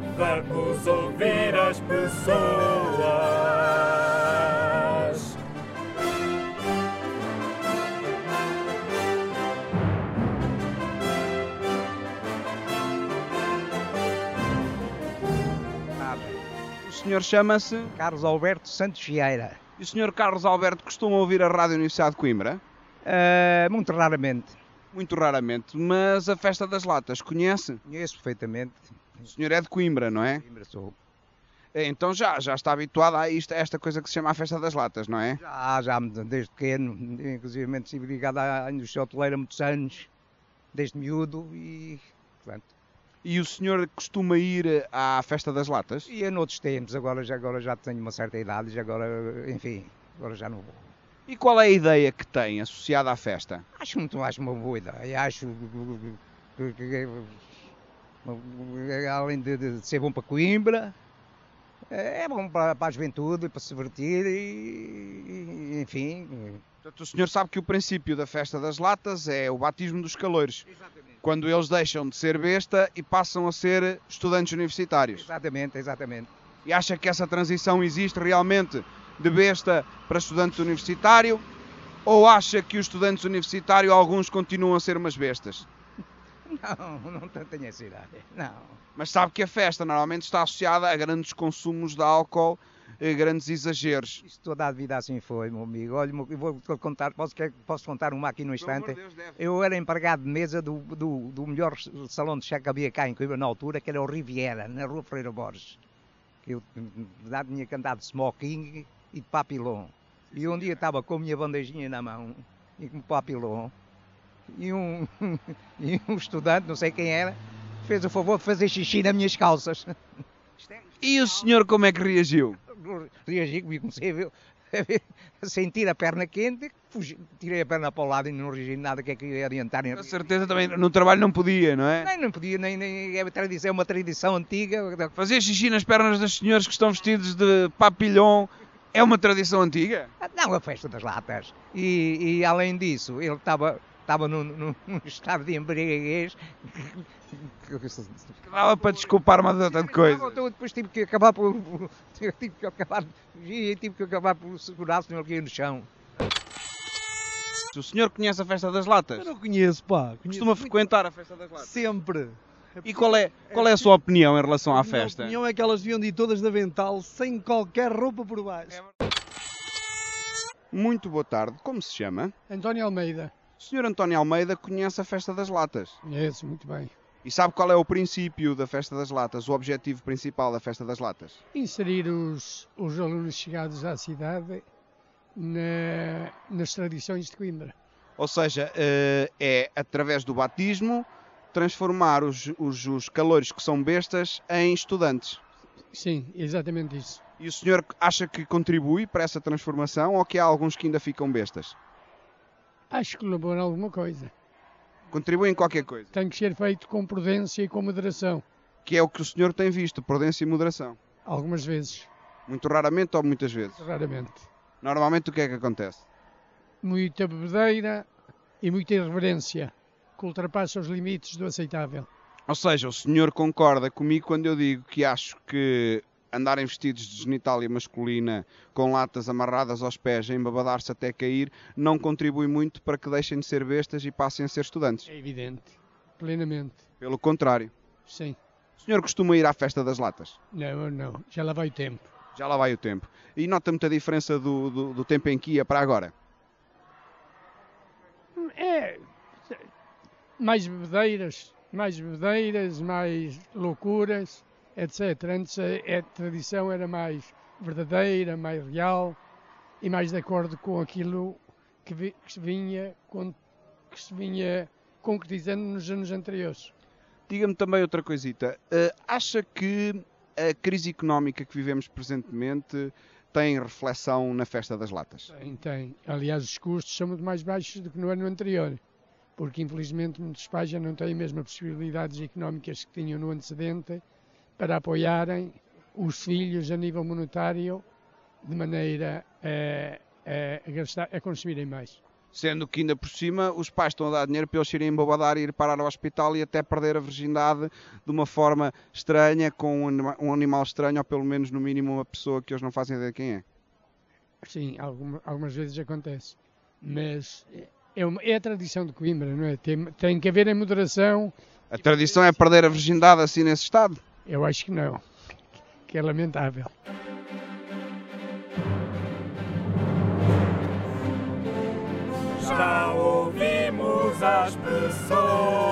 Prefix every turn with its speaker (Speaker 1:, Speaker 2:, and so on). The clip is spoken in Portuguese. Speaker 1: tentarmos ouvir as pessoas.
Speaker 2: Nada. O senhor chama-se
Speaker 3: Carlos Alberto Santos Vieira.
Speaker 2: E o senhor Carlos Alberto costuma ouvir a Rádio Universidade de Coimbra?
Speaker 3: Ah, muito raramente.
Speaker 2: Muito raramente, mas a Festa das Latas conhece?
Speaker 3: Conheço perfeitamente.
Speaker 2: O senhor é de Coimbra, não é?
Speaker 3: Coimbra sou.
Speaker 2: É, Então já, já está habituado a, isto, a esta coisa que se chama a Festa das Latas, não é?
Speaker 3: Já, já desde pequeno, inclusive estive ligado à indústria hoteleira há muitos anos, desde miúdo e. Pronto.
Speaker 2: E o senhor costuma ir eh, à Festa das Latas?
Speaker 3: E em outros tempos, agora já, agora já tenho uma certa idade, já agora, enfim, agora já não vou.
Speaker 2: E qual é a ideia que tem associada à festa?
Speaker 3: Acho muito mais uma boa ideia. Acho que, que- que- além de, de ser bom para Coimbra, é bom para, para a juventude, para se divertir e, e, enfim.
Speaker 2: Portanto, o senhor sabe que o princípio da Festa das Latas é o batismo dos calores, quando eles deixam de ser besta e passam a ser estudantes universitários.
Speaker 3: Exatamente, exatamente.
Speaker 2: E acha que essa transição existe realmente de besta para estudante universitário? Ou acha que os estudantes universitários, alguns, continuam a ser umas bestas?
Speaker 3: Não, não tenho essa idade. Não.
Speaker 2: Mas sabe que a festa normalmente está associada a grandes consumos de álcool, a grandes exageros.
Speaker 3: Isto toda a vida assim foi, meu amigo. Olha, meu- eu vou contar, posso, quer- posso contar uma aqui no instante? Eu era empregado de mesa do, do, do melhor salão de chá que havia cá em Coimbra na altura, que era o Riviera, na rua Freira Borges. Eu verdade, tinha cantado de smoking e de papilon. E um dia estava com a minha bandejinha na mão e com papilon. E um, e um estudante, não sei quem era, fez o favor de fazer xixi nas minhas calças.
Speaker 2: E o senhor como é que reagiu?
Speaker 3: Reagi comigo, comecei a, ver, a sentir a perna quente, fugi- tirei a perna para o lado e não reagi nada que é que ia adiantar. nem-
Speaker 2: Com certeza também no trabalho não podia, não é?
Speaker 3: nem, não podia, nem, nem é, uma tradição, é uma tradição antiga.
Speaker 2: Fazer xixi nas pernas dos senhores que estão vestidos de papilhon é uma tradição antiga?
Speaker 3: Não, a festa das latas. E, e, além disso, ele estava estava num, num- num estado de embriaguez. que- que-
Speaker 2: Que Dava para desculpar uma data de coisas.
Speaker 3: Então, depois tive que acabar por. por- Tive que acabar. e Tive que acabar por segurar, senão ele caiu no chão.
Speaker 2: O senhor conhece a Festa das Latas?
Speaker 4: Eu não conheço, pá. Conheço
Speaker 2: Costuma frequentar a Festa das Latas?
Speaker 4: sempre.
Speaker 2: E qual é, qual é a sua opinião em relação à festa?
Speaker 4: A minha opinião é que elas deviam de ir todas de avental, sem qualquer roupa por
Speaker 2: É
Speaker 4: baixo.
Speaker 2: Muito boa tarde, como se chama?
Speaker 5: António Almeida,
Speaker 2: O senhor António Almeida conhece a Festa das Latas.
Speaker 5: conheço muito bem.
Speaker 2: E sabe qual é o princípio da Festa das Latas, o objetivo principal da Festa das Latas?
Speaker 5: Inserir os, os alunos chegados à cidade na- nas tradições de Coimbra.
Speaker 2: Ou seja, eh, é através do batismo transformar os, os, os calores que são bestas em estudantes.
Speaker 5: Sim, exatamente isso.
Speaker 2: E o senhor acha que contribui para essa transformação ou que há alguns que ainda ficam bestas?
Speaker 5: Acho que colabora alguma coisa.
Speaker 2: Contribui em qualquer coisa,
Speaker 5: Tem que ser feito com prudência e com moderação.
Speaker 2: que é o que o senhor tem visto, prudência e moderação.
Speaker 5: Algumas vezes,
Speaker 2: Muito raramente ou muitas vezes.
Speaker 5: raramente.
Speaker 2: Normalmente o que é que acontece?
Speaker 5: Muita bebedeira e muita irreverência, que ultrapassa os limites do aceitável.
Speaker 2: Ou seja, o senhor concorda comigo quando eu digo que acho que andarem vestidos de genitália masculina com latas amarradas aos pés a embabadar-se até cair não contribui muito para que deixem de ser bestas e passem a ser estudantes.
Speaker 5: É evidente. Plenamente.
Speaker 2: Pelo contrário.
Speaker 5: Sim.
Speaker 2: O senhor costuma ir à festa das latas.
Speaker 5: Não, não. Já lá vai o tempo.
Speaker 2: Já lá vai o tempo. E nota muita diferença do, do, do tempo em que ia para agora.
Speaker 5: É. Mais bebedeiras, mais bebedeiras, mais loucuras, etc. Antes a, a tradição era mais verdadeira, mais real e mais de acordo com aquilo que, vi- que se vinha con- que se vinha concretizando nos anos anteriores.
Speaker 2: Diga-me também outra coisita. Eh, acha que a crise económica que vivemos presentemente tem reflexão na festa das latas?
Speaker 5: Tem, tem. Aliás, os custos são muito mais baixos do que no ano anterior, porque infelizmente muitos pais já não têm mesmo as possibilidades económicas que tinham no antecedente para apoiarem os filhos a nível monetário de maneira eh, eh, a, gastar- a consumirem mais.
Speaker 2: Sendo que ainda por cima os pais estão a dar dinheiro para eles irem embobadar e ir parar ao hospital e até perder a virgindade de uma forma estranha, com um anima- um animal estranho, ou pelo menos no mínimo uma pessoa que eles não fazem ideia quem é.
Speaker 5: Sim, alguma- algumas vezes acontece. Mas é, uma- é a tradição de Coimbra, não é? Tem, tem que haver em moderação.
Speaker 2: A tradição é perder a virgindade assim nesse estado?
Speaker 5: Eu acho que não. Que é lamentável.
Speaker 1: Já ouvimos as pessoas.